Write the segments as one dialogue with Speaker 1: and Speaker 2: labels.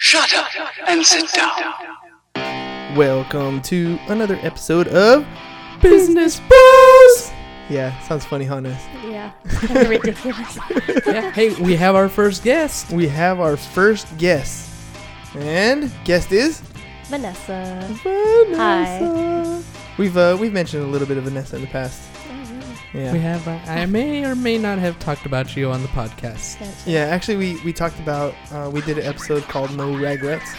Speaker 1: Shut up and sit down.
Speaker 2: Welcome to another episode of Business Bros. Yeah, sounds funny, Hannes.
Speaker 3: Yeah, kinda ridiculous.
Speaker 4: yeah. Hey, we have our first guest.
Speaker 2: We have our first guest, and guest is
Speaker 3: Vanessa.
Speaker 2: Vanessa. We've uh, we've mentioned a little bit of Vanessa in the past.
Speaker 4: We
Speaker 3: Mm-hmm.
Speaker 2: Yeah,
Speaker 4: have. Uh, I may or may not have talked about you on the podcast.
Speaker 2: yeah. Actually, we we talked about uh, we did an episode called No Regrets,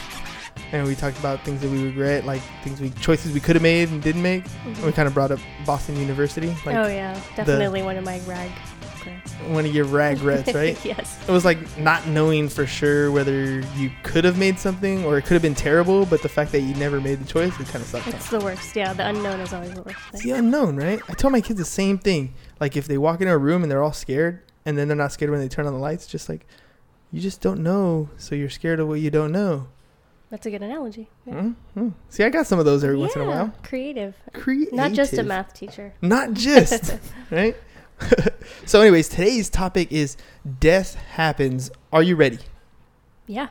Speaker 2: and we talked about things that we regret, like things we choices we could have made and didn't make. And we kind of brought up Boston University, like
Speaker 3: Mm-hmm. oh yeah, definitely one of my rag. regrets.
Speaker 2: one of your regrets, right?
Speaker 3: yes.
Speaker 2: it was like not knowing for sure whether you could have made something or it could have been terrible, but the fact that you never made the choice, it kind of sucked.
Speaker 3: It's the worst. Yeah, the unknown is always the worst.
Speaker 2: It's
Speaker 3: Thing.
Speaker 2: the unknown, right? I tell my kids the same thing. Like if they walk into a room and they're all scared, and then they're not scared when they turn on the lights, just like you just don't know, so you're scared of what you don't know.
Speaker 3: That's a good analogy. Yeah.
Speaker 2: hmm See, I got some of those every once in a
Speaker 3: Yeah,
Speaker 2: while.
Speaker 3: Creative.
Speaker 2: Creative,
Speaker 3: Not just a math teacher.
Speaker 2: not just right. so, anyways, today's topic is death happens. Are you ready?
Speaker 3: Yeah.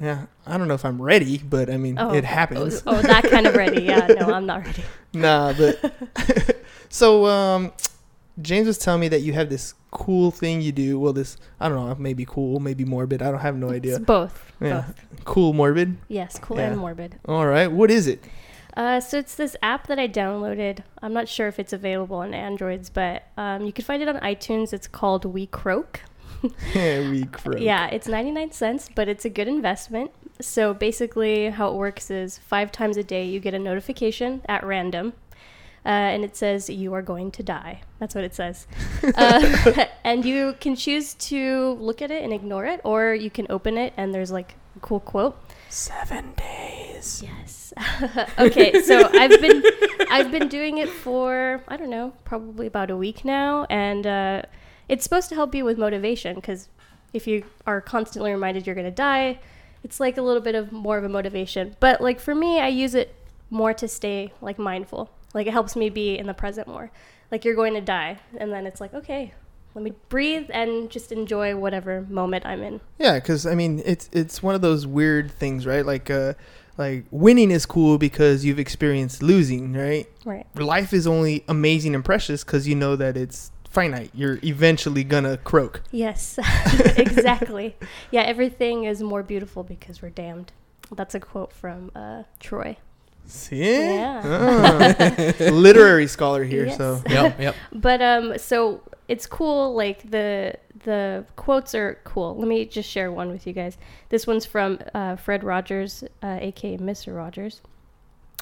Speaker 2: Yeah, I don't know if I'm ready, but I mean,
Speaker 3: Oh.
Speaker 2: it happens.
Speaker 3: Oh, that kind of ready. Yeah. No, I'm not ready.
Speaker 2: nah, but so um, James was telling me that you have this cool thing you do. Well, this I don't know, maybe cool, maybe morbid. I don't have no idea.
Speaker 3: It's both.
Speaker 2: Yeah,
Speaker 3: Both.
Speaker 2: cool morbid.
Speaker 3: Yes, cool
Speaker 2: Yeah.
Speaker 3: and morbid.
Speaker 2: All right, what is it?
Speaker 3: Uh, so it's this app that I downloaded. I'm not sure if it's available on Androids, but um, you can find it on iTunes. It's called We Croak.
Speaker 2: we croak.
Speaker 3: Uh, Yeah, it's 99 cents, but it's a good investment. So basically, how it works is five times a day you get a notification at random. Uh, and it says you are going to die. That's what it says. uh, and you can choose to look at it and ignore it, or you can open it and there's like a cool quote.
Speaker 4: Seven days.
Speaker 3: Yes. okay, so I've been I've been doing it for I don't know, probably about a week now, and uh, it's supposed to help you with motivation because if you are constantly reminded you're going to die, it's like a little bit of more of a motivation. But like for me, I use it more to stay like mindful. Like it helps me be in the present more. Like you're going to die, and then it's like okay. Let me breathe and just enjoy whatever moment I'm in.
Speaker 2: Yeah, because I mean, it's it's one of those weird things, right? Like uh, like winning is cool because you've experienced losing, right?
Speaker 3: Right.
Speaker 2: Life is only amazing and precious because you know that it's finite. You're eventually gonna croak.
Speaker 3: Yes, exactly. yeah, everything is more beautiful because we're damned. That's a quote from uh, Troy.
Speaker 2: See?
Speaker 3: Yeah.
Speaker 2: Ah. Literary scholar here,
Speaker 3: Yes.
Speaker 2: so
Speaker 4: Yep. Yep.
Speaker 3: But um, so it's cool. Like the the quotes are cool. Let me just share one with you guys. This one's from uh, Fred Rogers, uh, aka Mister Rogers,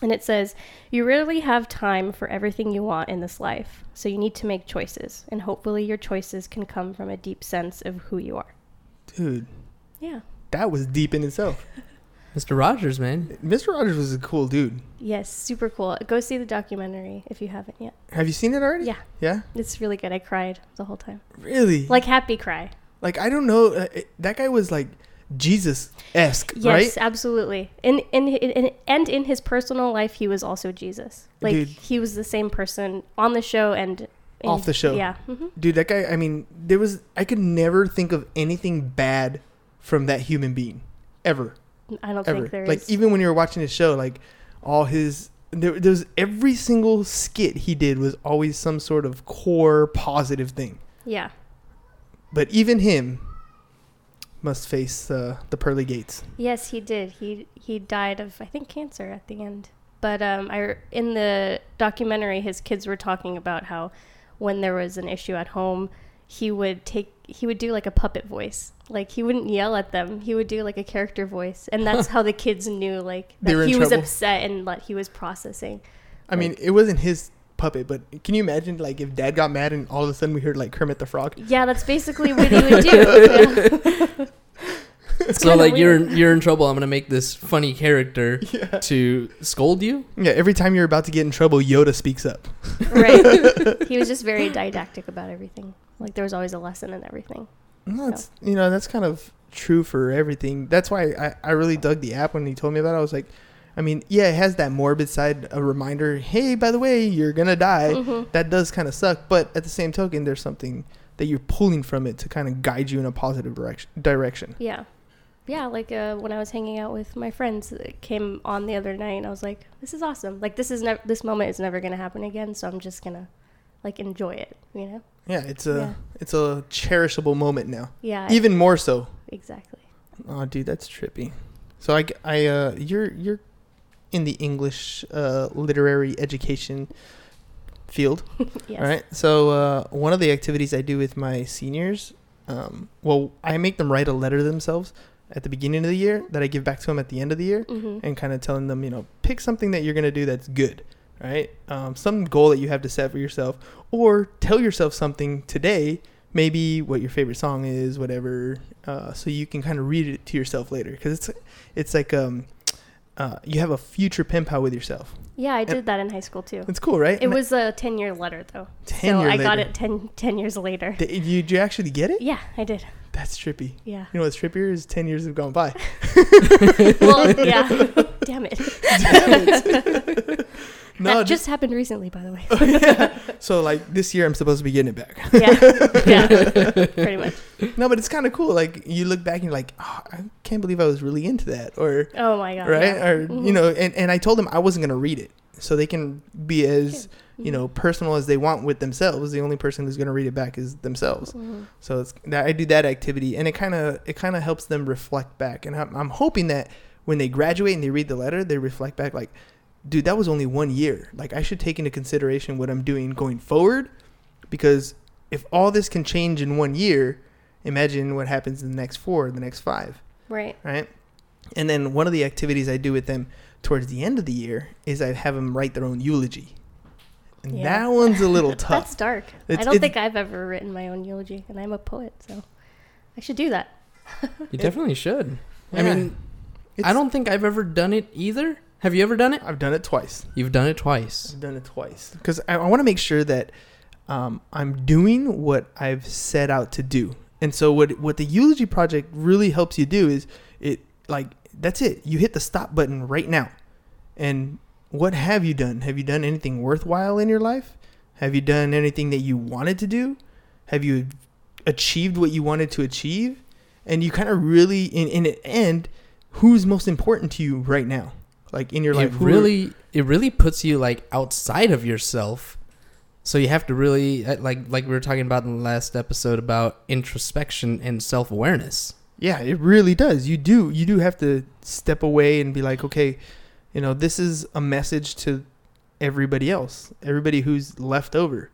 Speaker 3: and it says, "You rarely have time for everything you want in this life, so you need to make choices, and hopefully your choices can come from a deep sense of who you are."
Speaker 2: dude,
Speaker 3: Yeah.
Speaker 2: that was deep in itself.
Speaker 4: Mr. Rogers, man.
Speaker 2: Mr. Rogers was a cool dude.
Speaker 3: Yes, super cool. Go see the documentary if you haven't yet.
Speaker 2: Have you seen it already?
Speaker 3: Yeah,
Speaker 2: Yeah?
Speaker 3: it's really good. I cried the whole time.
Speaker 2: Really? Like,
Speaker 3: Like happy cry.
Speaker 2: I don't know. Uh, it- that guy was like Jesus esque,
Speaker 3: Yes,
Speaker 2: right?
Speaker 3: absolutely. In, in in and in his personal life, he was also Jesus. Like
Speaker 2: Dude.
Speaker 3: he was the same person on the show and in-
Speaker 2: Off the show.
Speaker 3: Yeah, hmm
Speaker 2: Dude, that guy, I mean, there was, I could never think of anything bad from that human being. Ever.
Speaker 3: I don't
Speaker 2: Ever.
Speaker 3: think there is.
Speaker 2: like, even when you were watching his show, like, all his. There, there was every single skit he did was always some sort of core positive thing.
Speaker 3: yeah,
Speaker 2: But even him must face uh, the pearly gates.
Speaker 3: yes, he did. He he died of I think cancer at the end. But um, I in the documentary, his kids were talking about how when there was an issue at home, he would take he would do like a puppet voice. Like he wouldn't yell at them. He would do like a character voice, and that's how the kids knew like
Speaker 2: They were
Speaker 3: that
Speaker 2: in
Speaker 3: he was
Speaker 2: trouble.
Speaker 3: upset and that he was processing.
Speaker 2: I mean, it wasn't his puppet, but can you imagine like if Dad got mad and all of a sudden we heard like Kermit the Frog?
Speaker 3: Yeah, that's basically what he would do. Yeah.
Speaker 4: So
Speaker 3: kinda
Speaker 4: like you're in, you're in trouble. I'm gonna make this funny character to scold you.
Speaker 2: Yeah, every time you're about to get in trouble, Yoda speaks up.
Speaker 3: right. He was just very didactic about everything. Like there was always a lesson in everything.
Speaker 2: And That's you know that's kind of true for everything. That's why I I really dug the app when he told me about it. I was like. I mean, yeah, it has that morbid side, a reminder, hey, by the way, you're going to die. That does kind of suck. But at the same token, there's something that you're pulling from it to kind of guide you in a positive direction. direction.
Speaker 3: Yeah. yeah, like uh, when I was hanging out with my friends, it came on the other night, and I was like, "This is awesome! Like this is never this moment is never gonna happen again, so I'm just gonna like enjoy it, you know?
Speaker 2: Yeah, it's a
Speaker 3: Yeah.
Speaker 2: it's a cherishable moment now.
Speaker 3: Yeah, I-
Speaker 2: Even more so.
Speaker 3: exactly.
Speaker 2: Oh, dude, that's trippy. So I, g- I, uh, you're you're in the English uh, literary education field,
Speaker 3: Yes.
Speaker 2: all right? So uh, one of the activities I do with my seniors, um, well, I make them write a letter themselves at the beginning of the year that I give back to them at the end of the year
Speaker 3: Mm-hmm.
Speaker 2: and kind of telling them, you know, pick something that you're going to do that's good, right? Um, some goal that you have to set for yourself, or tell yourself something today, maybe what your favorite song is, whatever, uh, so you can kind of read it to yourself later. Because it's, it's like um, uh, you have a future pen pal with yourself.
Speaker 3: Yeah, I did that in high school too.
Speaker 2: It's cool, right?
Speaker 3: It was a ten year letter though,
Speaker 2: 10
Speaker 3: so
Speaker 2: year
Speaker 3: I got
Speaker 2: later.
Speaker 3: it 10, 10 years later.
Speaker 2: Did you, did you actually get it?
Speaker 3: Yeah, I did.
Speaker 2: That's trippy.
Speaker 3: Yeah.
Speaker 2: You know what's trippier is 10 years have gone by.
Speaker 3: Well, yeah. Damn it.
Speaker 2: No,
Speaker 3: that just happened recently, by the way.
Speaker 2: so like this year I'm supposed to be getting it back.
Speaker 3: yeah. Yeah. Pretty much.
Speaker 2: No, but it's kind of cool. Like you look back and you're like, oh, I can't believe I was really into that, or
Speaker 3: Oh my god.
Speaker 2: right,
Speaker 3: yeah. Mm-hmm.
Speaker 2: or you know. And, and I told them I wasn't gonna read it, so they can be as you know personal as they want with themselves. The only person who's gonna read it back is themselves.
Speaker 3: Mm-hmm.
Speaker 2: So it's that I do that activity, and it kind of it kind of helps them reflect back. And I'm, I'm hoping that when they graduate and they read the letter, they reflect back like, dude, that was only one year. Like I should take into consideration what I'm doing going forward, because if all this can change in one year, imagine what happens in the next four, the next five,
Speaker 3: Right.
Speaker 2: right? And then one of the activities I do with them towards the end of the year is I have them write their own eulogy. And
Speaker 3: Yeah.
Speaker 2: that one's a little tough.
Speaker 3: That's dark. I
Speaker 2: It's-
Speaker 3: don't
Speaker 2: it's-
Speaker 3: think I've ever written my own eulogy, and I'm a poet, so I should do that.
Speaker 4: You definitely should. I
Speaker 2: Yeah.
Speaker 4: mean, I
Speaker 2: It's-
Speaker 4: don't think I've ever done it either. Have you ever done it?
Speaker 2: I've done it twice.
Speaker 4: You've done it twice.
Speaker 2: I've done it twice because I, I want to make sure that um, I'm doing what I've set out to do. And so what what the eulogy project really helps you do is it like that's it. You hit the stop button right now. And what have you done? Have you done anything worthwhile in your life? Have you done anything that you wanted to do? Have you achieved what you wanted to achieve? And you kind of really in in the end, who's most important to you right now? Like in your
Speaker 4: it
Speaker 2: life, who are-
Speaker 4: really, it really puts you like outside of yourself. So you have to really uh, like like we were talking about in the last episode about introspection and self awareness.
Speaker 2: Yeah, it really does. You do you do have to step away and be like, okay, you know, this is a message to everybody else, everybody who's left over.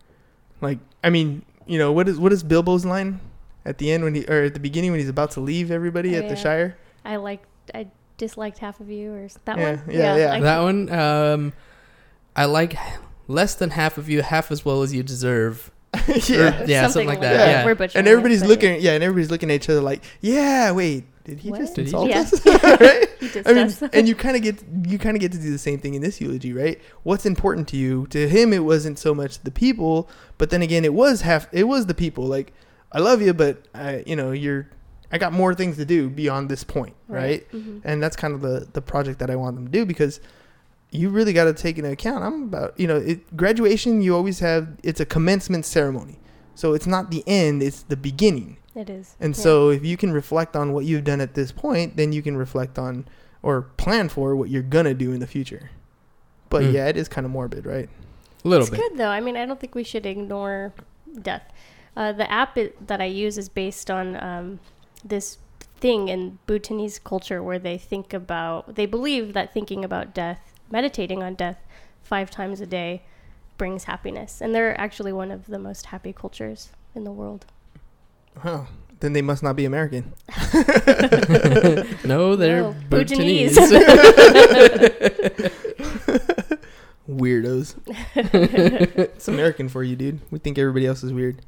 Speaker 2: Like, I mean, you know, what is what is Bilbo's line at the end when he or at the beginning when he's about to leave everybody
Speaker 3: Oh,
Speaker 2: at the
Speaker 3: yeah.
Speaker 2: Shire?
Speaker 3: I liked, I disliked half of you, or s- that
Speaker 2: Yeah,
Speaker 3: one.
Speaker 2: yeah, yeah.
Speaker 3: I-
Speaker 4: That one, um, I like less than half of you, half as well as you deserve.
Speaker 2: yeah.
Speaker 4: Or- yeah, something like that, yeah.
Speaker 3: We're butchering
Speaker 2: And
Speaker 3: it,
Speaker 2: everybody's
Speaker 3: but
Speaker 2: looking yeah, and everybody's looking at each other like, Yeah, wait, did he
Speaker 3: What?
Speaker 2: just
Speaker 4: Did he
Speaker 2: insult
Speaker 3: just-
Speaker 2: us? right?
Speaker 3: you dissed
Speaker 2: I mean,
Speaker 3: us.
Speaker 2: and you kind of get you kind of get to do the same thing in this eulogy, right? What's important to you? To him, it wasn't so much the people, but then again, it was half. It was the people. Like, I love you, but I, you know, you're. I got more things to do beyond this point, right?
Speaker 3: Mhm.
Speaker 2: And that's kind of the the project that I want them to do because you really got to take into account. I'm about you know, it, graduation. You always have it's a commencement ceremony, so it's not the end; it's the beginning.
Speaker 3: It is.
Speaker 2: And
Speaker 3: Yeah.
Speaker 2: so if you can reflect on what you've done at this point, then you can reflect on or plan for what you're going to do in the future. But
Speaker 4: Mm.
Speaker 2: yeah, it is kind of morbid, right?
Speaker 4: A little
Speaker 3: it's
Speaker 4: bit.
Speaker 3: good though. I mean, I don't think we should ignore death. Uh, the app it, that I use is based on um, this thing in Bhutanese culture where they think about, they believe that thinking about death, meditating on death five times a day brings happiness. And they're actually one of the most happy cultures in the world.
Speaker 2: Huh. Then they must not be American.
Speaker 4: No, they're
Speaker 3: No, Bhutanese.
Speaker 4: Bhutanese.
Speaker 2: Weirdos. it's American for you, dude. We think everybody else is weird.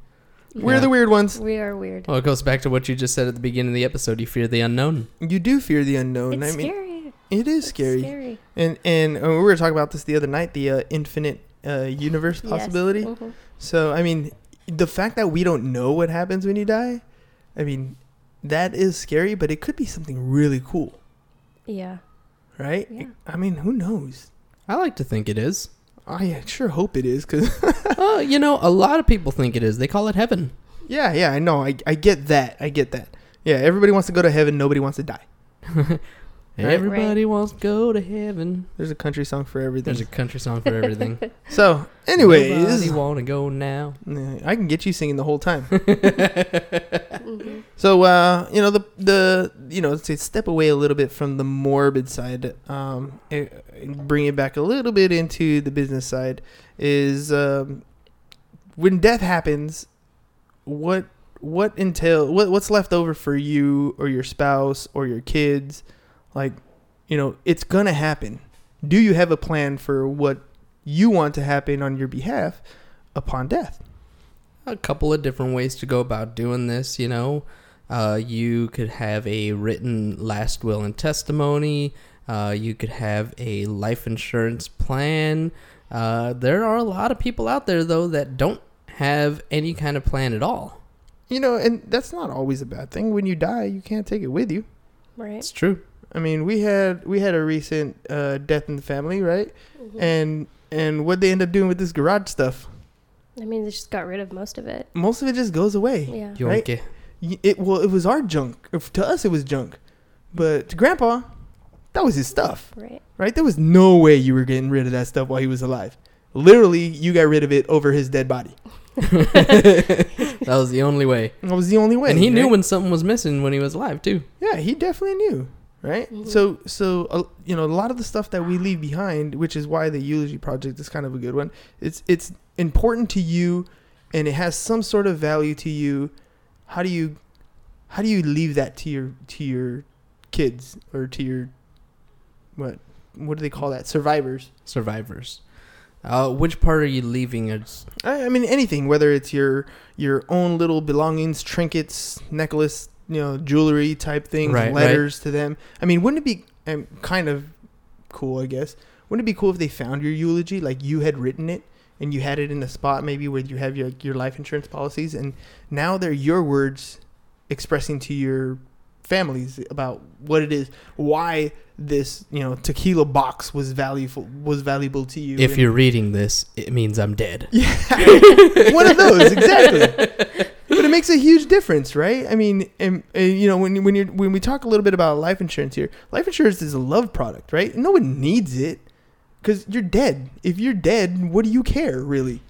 Speaker 4: Yeah.
Speaker 2: We're the weird ones.
Speaker 3: We are weird.
Speaker 4: well, it goes back to what you just said at the beginning of the episode. You fear the unknown.
Speaker 2: You do fear the unknown.
Speaker 3: it's
Speaker 2: I mean,
Speaker 3: scary.
Speaker 2: it is
Speaker 3: It's
Speaker 2: scary. And and uh, we were talking about this the other night, the uh, infinite uh, universe
Speaker 3: Yes.
Speaker 2: possibility.
Speaker 3: Mhm.
Speaker 2: So I mean, the fact that we don't know what happens when you die, I mean, that is scary, but it could be something really cool,
Speaker 3: Yeah.
Speaker 2: right?
Speaker 3: Yeah.
Speaker 2: I mean, who knows?
Speaker 4: I like to think it is.
Speaker 2: I sure hope it is, cause
Speaker 4: Oh, you know, a lot of people think it is. They call it heaven.
Speaker 2: yeah, yeah, I know, I I get that, I get that. Yeah, everybody wants to go to heaven, nobody wants to die.
Speaker 4: Everybody wants to go to heaven.
Speaker 2: There's a country song for
Speaker 4: There's a
Speaker 2: everything.
Speaker 4: country song for everything.
Speaker 2: So,
Speaker 4: Nobody
Speaker 2: anyways,
Speaker 4: want to go now.
Speaker 2: yeah, I can get you singing the whole time.
Speaker 3: Mm-hmm.
Speaker 2: So uh, you know the the you know to step away a little bit from the morbid side, um, and and bring it back a little bit into the business side is um, when death happens, what what entail what what's left over for you or your spouse or your kids, like you know it's gonna happen. Do you have a plan for what you want to happen on your behalf upon death?
Speaker 4: a couple of different ways to go about doing this, you know. Uh, you could have a written last will and testimony. Uh, you could have a life insurance plan. Uh, there are a lot of people out there, though, that don't have any kind of plan at all.
Speaker 2: You know, and that's not always a bad thing. When you die, you can't take it with you.
Speaker 3: Right.
Speaker 4: It's true.
Speaker 2: I mean, we had we had a recent uh, death in the family, right?
Speaker 3: Mhm.
Speaker 2: And and what they end up doing with this garage stuff,
Speaker 3: I mean, they just got rid of most of it.
Speaker 2: most of it just goes away.
Speaker 3: Yeah.
Speaker 4: You
Speaker 2: Right.
Speaker 4: won't get-
Speaker 2: Y It well, it was our junk. If- To us, it was junk, but to Grandpa, that was his stuff,
Speaker 3: Right.
Speaker 2: right? There was no way you were getting rid of that stuff while he was alive. Literally, you got rid of it over his dead body.
Speaker 4: that was the only way.
Speaker 2: That was the only way.
Speaker 4: and he knew
Speaker 2: right?
Speaker 4: when something was missing when he was alive, too.
Speaker 2: Yeah, he definitely knew, right?
Speaker 3: Mhm.
Speaker 2: So, so uh, you know, a lot of the stuff that we leave behind, which is why the eulogy project is kind of a good one. It's it's important to you, and it has some sort of value to you. How do you, how do you leave that to your to your kids or to your, what what do they call that? Survivors.
Speaker 4: Survivors. Uh, which part are you leaving? It's-
Speaker 2: I, I mean anything, whether it's your your own little belongings, trinkets, necklace, you know, jewelry type things,
Speaker 4: Right, right.
Speaker 2: letters to them. I mean, wouldn't it be um, kind of cool? I guess wouldn't it be cool if they found your eulogy, like you had written it and you had it in a spot maybe where you have your your life insurance policies, and now they're your words expressing to your families about what it is, why this you know tequila box was valuable was valuable to you.
Speaker 4: If
Speaker 2: and-
Speaker 4: you're reading this, it means I'm dead.
Speaker 2: yeah, one of those exactly. But it makes a huge difference, right? I mean, and, uh, you know, when you- when you when we talk a little bit about life insurance here, life insurance is a love product, right? No one needs it because you're dead. If you're dead, what do you care really?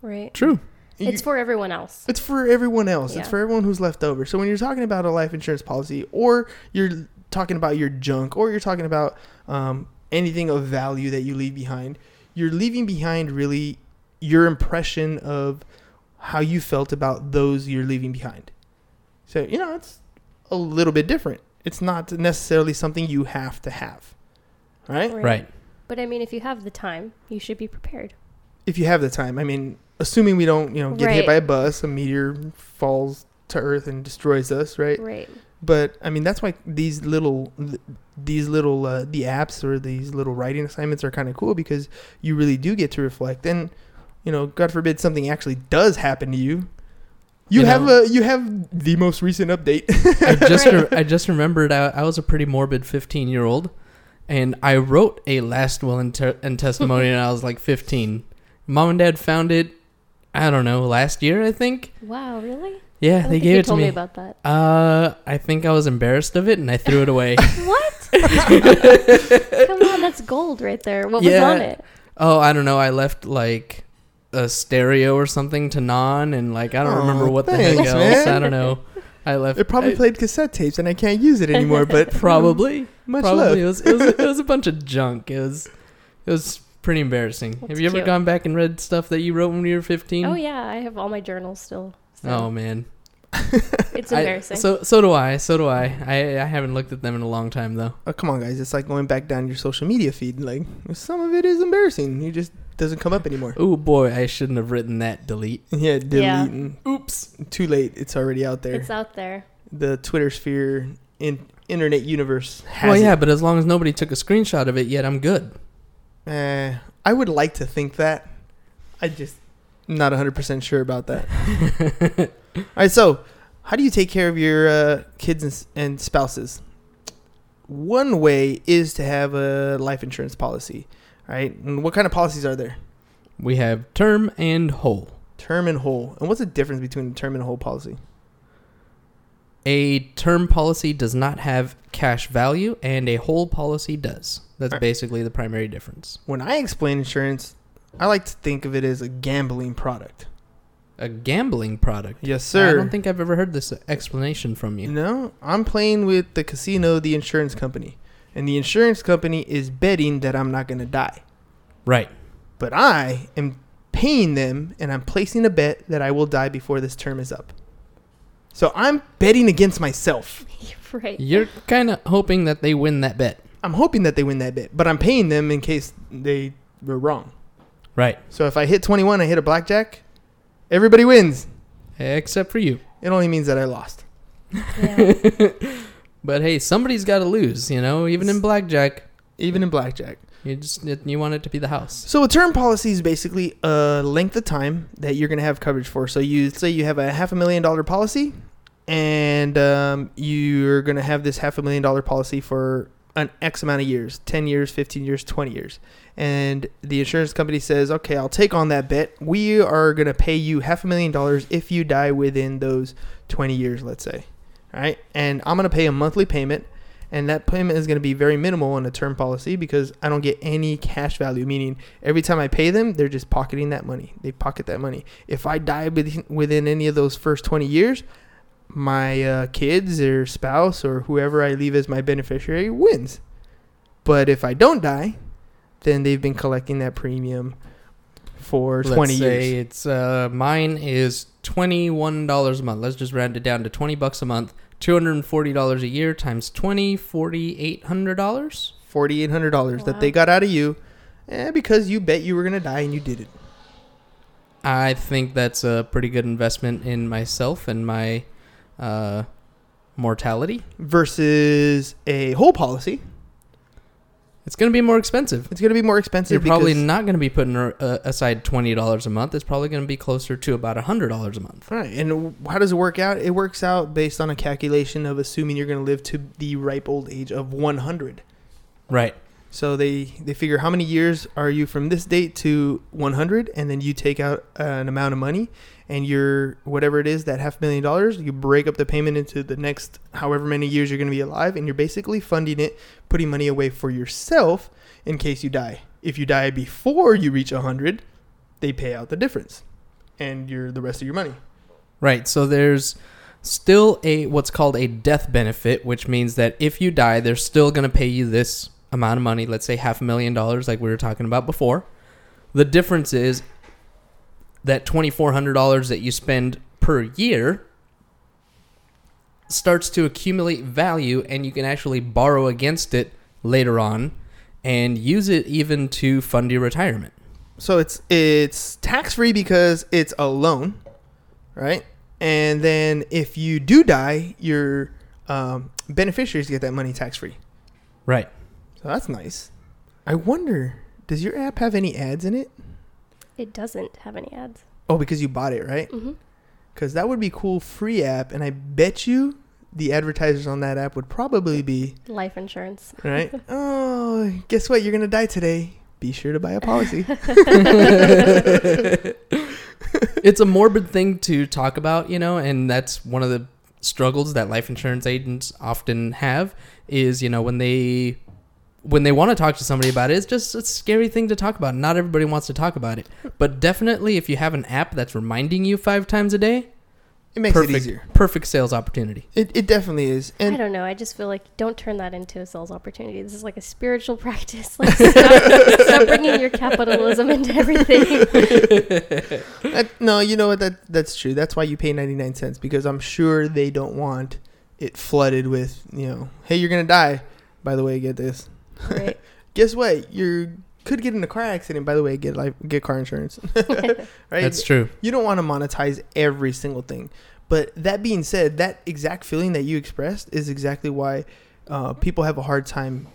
Speaker 3: Right.
Speaker 4: True.
Speaker 2: You-
Speaker 3: It's for everyone else.
Speaker 2: it's for everyone else. It's
Speaker 3: Yeah.
Speaker 2: for everyone who's left over. So when you're talking about a life insurance policy, or you're talking about your junk, or you're talking about um, anything of value that you leave behind, you're leaving behind really your impression of how you felt about those you're leaving behind. So you know it's a little bit different. It's not necessarily something you have to have, right?
Speaker 4: Right.
Speaker 3: But I mean, if you have the time, you should be prepared.
Speaker 2: If you have the time. I mean, assuming we don't, you know, get hit
Speaker 3: Right.
Speaker 2: by a bus, a meteor falls to Earth and destroys us, right?
Speaker 3: Right.
Speaker 2: but I mean that's why these little th- these little uh, the apps or these little writing assignments are kind of cool because you really do get to reflect and you know god forbid something actually does happen to you you,
Speaker 4: You
Speaker 2: have
Speaker 4: know-
Speaker 2: a you have the most recent update
Speaker 4: I just re- I just remembered I, I was a pretty morbid 15 year old, and I wrote a last will and, ter- and testimony when I was like 15. Mom and Dad found it. I don't know last year I think.
Speaker 3: Wow. Really? I
Speaker 4: Yeah,
Speaker 3: don't
Speaker 4: they
Speaker 3: think you
Speaker 4: gave it to
Speaker 3: told
Speaker 4: me.
Speaker 3: me about that.
Speaker 4: uh, I think I was embarrassed of it and I threw it away.
Speaker 3: What? Come on, that's gold right there. What was
Speaker 4: Yeah.
Speaker 3: on it?
Speaker 4: oh, I don't know. I left like a stereo or something to non, and like I don't
Speaker 2: Aw,
Speaker 4: remember what the
Speaker 2: thanks,
Speaker 4: heck else.
Speaker 2: man.
Speaker 4: I don't know. I left.
Speaker 2: it probably
Speaker 4: I-
Speaker 2: played cassette tapes and i can't use it anymore but
Speaker 4: probably.
Speaker 2: much
Speaker 4: Probably it
Speaker 2: love
Speaker 4: was, it was it was a bunch of junk. It was it was pretty embarrassing.
Speaker 3: That's
Speaker 4: have you ever
Speaker 3: cute.
Speaker 4: gone back and read stuff that you wrote when you were fifteen?
Speaker 3: Oh yeah, I have all my journals still. So
Speaker 4: Oh man,
Speaker 3: it's
Speaker 4: I-
Speaker 3: embarrassing.
Speaker 4: so so do I. So do I. I I haven't looked at them in a long time though.
Speaker 2: oh, come on guys it's like going back down your social media feed like some of it is embarrassing you just doesn't come up anymore
Speaker 4: Oh boy, I shouldn't have written that. Delete.
Speaker 2: yeah
Speaker 3: Yeah.
Speaker 2: deleting
Speaker 4: Oops.
Speaker 2: too late it's already out there
Speaker 3: it's out there.
Speaker 2: the Twitter sphere in internet universe has
Speaker 4: well, yeah,
Speaker 2: it.
Speaker 4: but as long as nobody took a screenshot of it yet, I'm good.
Speaker 2: Eh, I would like to think that. I just not 100% sure about that. All right, so how do you take care of your uh, kids and, s- and spouses? One way is to have a life insurance policy, right? And what kind of policies are there?
Speaker 4: We have term and whole.
Speaker 2: Term and whole. And what's the difference between a term and whole policy?
Speaker 4: A term policy does not have cash value, and a whole policy does. That's basically the primary difference.
Speaker 2: When I explain insurance, I like to think of it as a gambling product.
Speaker 4: A gambling product.
Speaker 2: Yes, sir.
Speaker 4: I don't think I've ever heard this explanation from you.
Speaker 2: No, I'm playing with the casino, the insurance company. And the insurance company is betting that I'm not going to die.
Speaker 4: Right.
Speaker 2: But I am paying them and I'm placing a bet that I will die before this term is up. So I'm betting against myself.
Speaker 3: You're right.
Speaker 4: You're kind of hoping that they win that bet.
Speaker 2: I'm hoping that they win that bet, but I'm paying them in case they were wrong.
Speaker 4: Right.
Speaker 2: So if I hit 21, I hit a blackjack, everybody wins.
Speaker 4: Except for you.
Speaker 2: It only means that I lost.
Speaker 3: Yeah.
Speaker 4: But hey, somebody's got to lose, you know, even in blackjack.
Speaker 2: Even in blackjack.
Speaker 4: You just you want it to be the house.
Speaker 2: So a term policy is basically a length of time that you're going to have coverage for. So you say you have a half a million dollar policy, and um, you're going to have this half a million dollar policy for an X amount of years 10 years, 15 years, 20 years. And the insurance company says, okay, I'll take on that bet. We are going to pay you half a million dollars if you die within those 20 years, let's say. All right. And I'm going to pay a monthly payment. And that payment is going to be very minimal in a term policy because I don't get any cash value, meaning every time I pay them, they're just pocketing that money. They pocket that money. If I die within, within any of those first 20 years, my uh, kids or spouse or whoever I leave as my beneficiary wins. But if I don't die, then they've been collecting that premium for 20
Speaker 4: Let's say
Speaker 2: years.
Speaker 4: it's uh, mine is twenty one dollars a month. Let's just round it down to twenty bucks a month. Two hundred and forty dollars a year times 20, 4800 dollars.
Speaker 2: $4,800 that they
Speaker 3: Wow.
Speaker 2: got out of you eh, because you bet you were going to die and you did it.
Speaker 4: I think that's a pretty good investment in myself and my uh, mortality.
Speaker 2: Versus a whole policy.
Speaker 4: It's going to be more expensive.
Speaker 2: It's going to be more expensive.
Speaker 4: You're probably
Speaker 2: because-
Speaker 4: not going to be putting uh, aside twenty dollars a month. It's probably going to be closer to about hundred dollars a month.
Speaker 2: Right. And how does it work out? It works out based on a calculation of assuming you're going to live to the ripe old age of 100.
Speaker 4: Right.
Speaker 2: So they they figure how many years are you from this date to 100 and then you take out uh, an amount of money and your whatever it is that half million dollars you break up the payment into the next however many years you're going to be alive and you're basically funding it putting money away for yourself in case you die. If you die before you reach 100, they pay out the difference and you're the rest of your money.
Speaker 4: Right. So there's still a what's called a death benefit, which means that if you die, they're still going to pay you this amount of money, let's say half a million dollars like we were talking about before. The difference is that $2400 that you spend per year starts to accumulate value and you can actually borrow against it later on and use it even to fund your retirement.
Speaker 2: so it's it's tax free because it's a loan, right? And then if you do die, your um, beneficiaries get that money tax free.
Speaker 4: Right.
Speaker 2: So that's nice. I wonder, does your app have any ads in it?
Speaker 3: it doesn't have any ads.
Speaker 2: Oh, because you bought it, right?
Speaker 3: hmm
Speaker 2: Because that would be cool, free app, and I bet you the advertisers on that app would probably be
Speaker 3: Life insurance.
Speaker 2: right. oh, guess what? You're gonna die today. Be sure to buy a policy.
Speaker 4: it's a morbid thing to talk about, you know, and that's one of the struggles that life insurance agents often have is, you know, when they when they want to talk to somebody about it, it's just a scary thing to talk about. Not everybody wants to talk about it. But definitely if you have an app that's reminding you five times a day,
Speaker 2: It makes
Speaker 4: perfect
Speaker 2: it easier.
Speaker 4: perfect sales opportunity.
Speaker 2: It, it definitely is.
Speaker 3: I
Speaker 2: And
Speaker 3: don't know. I just feel like don't turn that into a sales opportunity. This is like a spiritual practice. Like stop, stop bringing your capitalism into everything.
Speaker 2: That- no, you know what? That that's true. That's why you pay ninety nine cents because I'm sure they don't want it flooded with you know, hey, you're gonna die. By the way, get this.
Speaker 3: Right.
Speaker 2: Guess what? You could get in a car accident. By the way, get life, get car insurance. right?
Speaker 4: That's true.
Speaker 2: you don't want to monetize every single thing. But that being said, that exact feeling that you expressed is exactly why uh, people have a hard time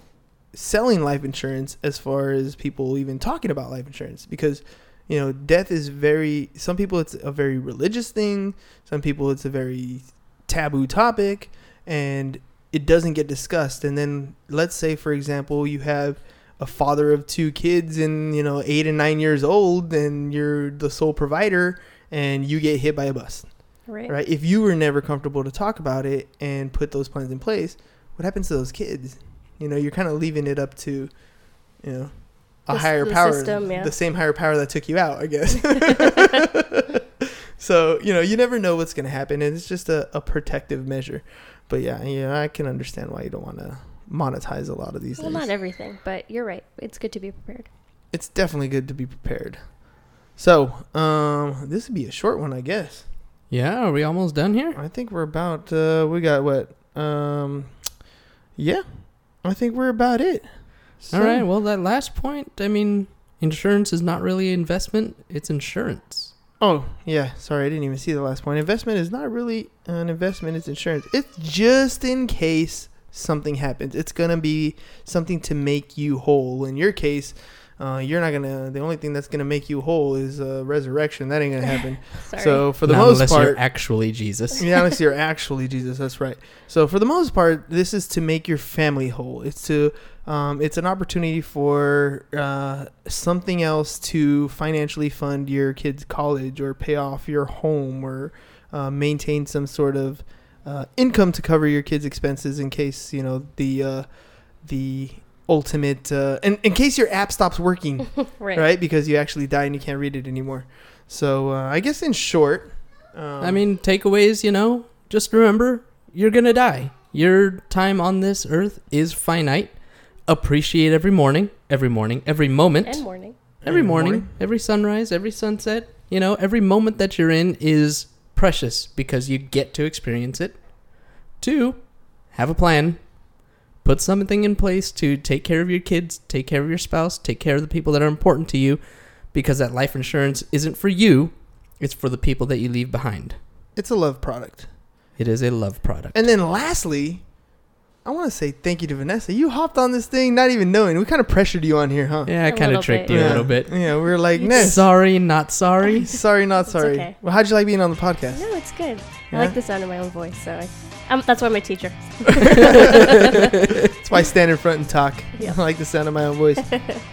Speaker 2: selling life insurance as far as people even talking about life insurance because you know death is very some people it's a very religious thing some people it's a very taboo topic and it doesn't get discussed and then let's say for example you have a father of two kids and you know eight and nine years old and you're the sole provider and you get hit by a bus
Speaker 3: Right.
Speaker 2: right? If you were never comfortable to talk about it and put those plans in place, what happens to those kids? You know, you're kind of leaving it up to, you know, a
Speaker 3: The s-
Speaker 2: higher
Speaker 3: the
Speaker 2: power,
Speaker 3: system, yeah.
Speaker 2: the same higher power that took you out, I guess. so you know, you never know what's gonna happen, and it's just a, a protective measure. But yeah, you know, I can understand why you don't want to monetize a lot of these
Speaker 3: Well,
Speaker 2: things.
Speaker 3: not everything, but you're right. It's good to be prepared.
Speaker 2: it's definitely good to be prepared. So, um, this would be a short one, I guess.
Speaker 4: Yeah, are we almost done here?
Speaker 2: I think we're about uh we got what? Um Yeah. I think we're about it. So-
Speaker 4: All right. Well, that last point, I mean, insurance is not really investment, it's insurance.
Speaker 2: Oh, yeah. Sorry, I didn't even see the last point. Investment is not really an investment, it's insurance. It's just in case something happens. It's going to be something to make you whole. In your case, uh, you're not going to, the only thing that's going to make you whole is uh, resurrection. That ain't going to happen.
Speaker 3: Sorry.
Speaker 2: so, for the
Speaker 4: Not
Speaker 2: most
Speaker 4: unless
Speaker 2: part,
Speaker 4: you're actually Jesus.
Speaker 2: yeah, unless you're actually Jesus, that's right. So for the most part, this is to make your family whole. It's to, um, it's an opportunity for uh, something else to financially fund your kid's college or pay off your home or uh, maintain some sort of uh, income to cover your kids' expenses in case you know the uh, the ultimate uh, in, in case your app stops working
Speaker 3: right.
Speaker 2: right. because you actually die and you can't read it anymore so uh, i guess in short um,
Speaker 4: I mean, takeaways, you know, just remember you're going to die. Your time on this earth is finite. Appreciate every morning, every morning, every moment,
Speaker 3: And morning.
Speaker 4: every
Speaker 2: Every
Speaker 4: morning,
Speaker 2: morning.
Speaker 4: every sunrise, every sunset. You know, every moment that you're in is precious because you get to experience it. Two, have a plan. Put something in place to take care of your kids, take care of your spouse, take care of the people that are important to you because that life insurance isn't for you, it's for the people that you leave behind.
Speaker 2: It's a love product.
Speaker 4: It is a love product.
Speaker 2: And then lastly, I want to say thank you to Vanessa. You hopped on this thing not even knowing. We kind of pressured you on here, huh?
Speaker 4: yeah, I
Speaker 3: A
Speaker 4: kind
Speaker 3: little
Speaker 4: of tricked
Speaker 3: bit.
Speaker 4: you a little bit.
Speaker 2: Yeah, we were like,
Speaker 3: You
Speaker 2: Ness,
Speaker 4: Sorry, not sorry.
Speaker 2: sorry, not
Speaker 3: It's
Speaker 2: sorry.
Speaker 3: okay.
Speaker 2: Well, how'd you like being on the podcast?
Speaker 3: No, it's good.
Speaker 2: Yeah?
Speaker 3: I like the sound of my own voice, so I, um, that's why I'm a teacher.
Speaker 2: That's why I stand in front and talk.
Speaker 3: Yeah.
Speaker 2: I like the sound of my own voice.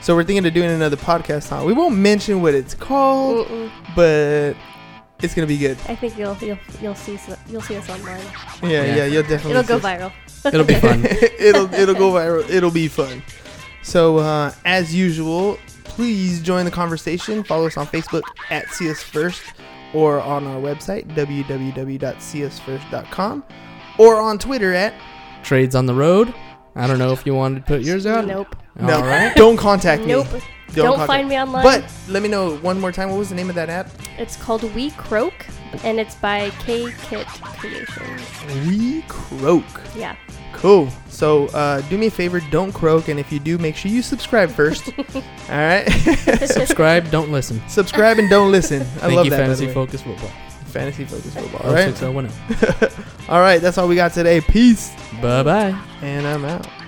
Speaker 2: so we're thinking of doing another podcast, huh? We won't mention what it's called,
Speaker 3: Mm-mm.
Speaker 2: but it's gonna be good.
Speaker 3: I think you'll you'll you'll see s- you'll see us online.
Speaker 2: Yeah, yeah,
Speaker 4: Yeah.
Speaker 2: you'll definitely.
Speaker 3: It'll go
Speaker 2: see-
Speaker 3: viral.
Speaker 4: It'll be fun.
Speaker 2: it'll it'll go viral. It'll be fun. So uh, as usual, please join the conversation. Follow us on Facebook at CS First or on our website www.csfirst.com or on Twitter at
Speaker 4: Trades on the road. I don't know if you wanted to put yours out.
Speaker 3: Nope.
Speaker 2: no.
Speaker 4: All right.
Speaker 2: Don't contact
Speaker 3: Nope.
Speaker 2: me.
Speaker 3: Don't,
Speaker 2: contact-
Speaker 3: find me online.
Speaker 2: But let me know one more time. What was the name of that app?
Speaker 3: It's called We Croak, and it's by K Kit Creations.
Speaker 2: We croak.
Speaker 3: Yeah.
Speaker 2: Cool. So uh, do me a favor. Don't croak, and if you do, make sure you subscribe first. All right.
Speaker 4: Subscribe, don't listen.
Speaker 2: subscribe and don't listen. I
Speaker 4: Thank
Speaker 2: love
Speaker 4: you,
Speaker 2: that. by the
Speaker 4: Fantasy
Speaker 2: way.
Speaker 4: Focus Football. oh
Speaker 2: fantasy focused football.
Speaker 4: All
Speaker 2: All
Speaker 4: right.
Speaker 2: right. All right. That's all we got today. Peace.
Speaker 4: Bye bye.
Speaker 2: And I'm out.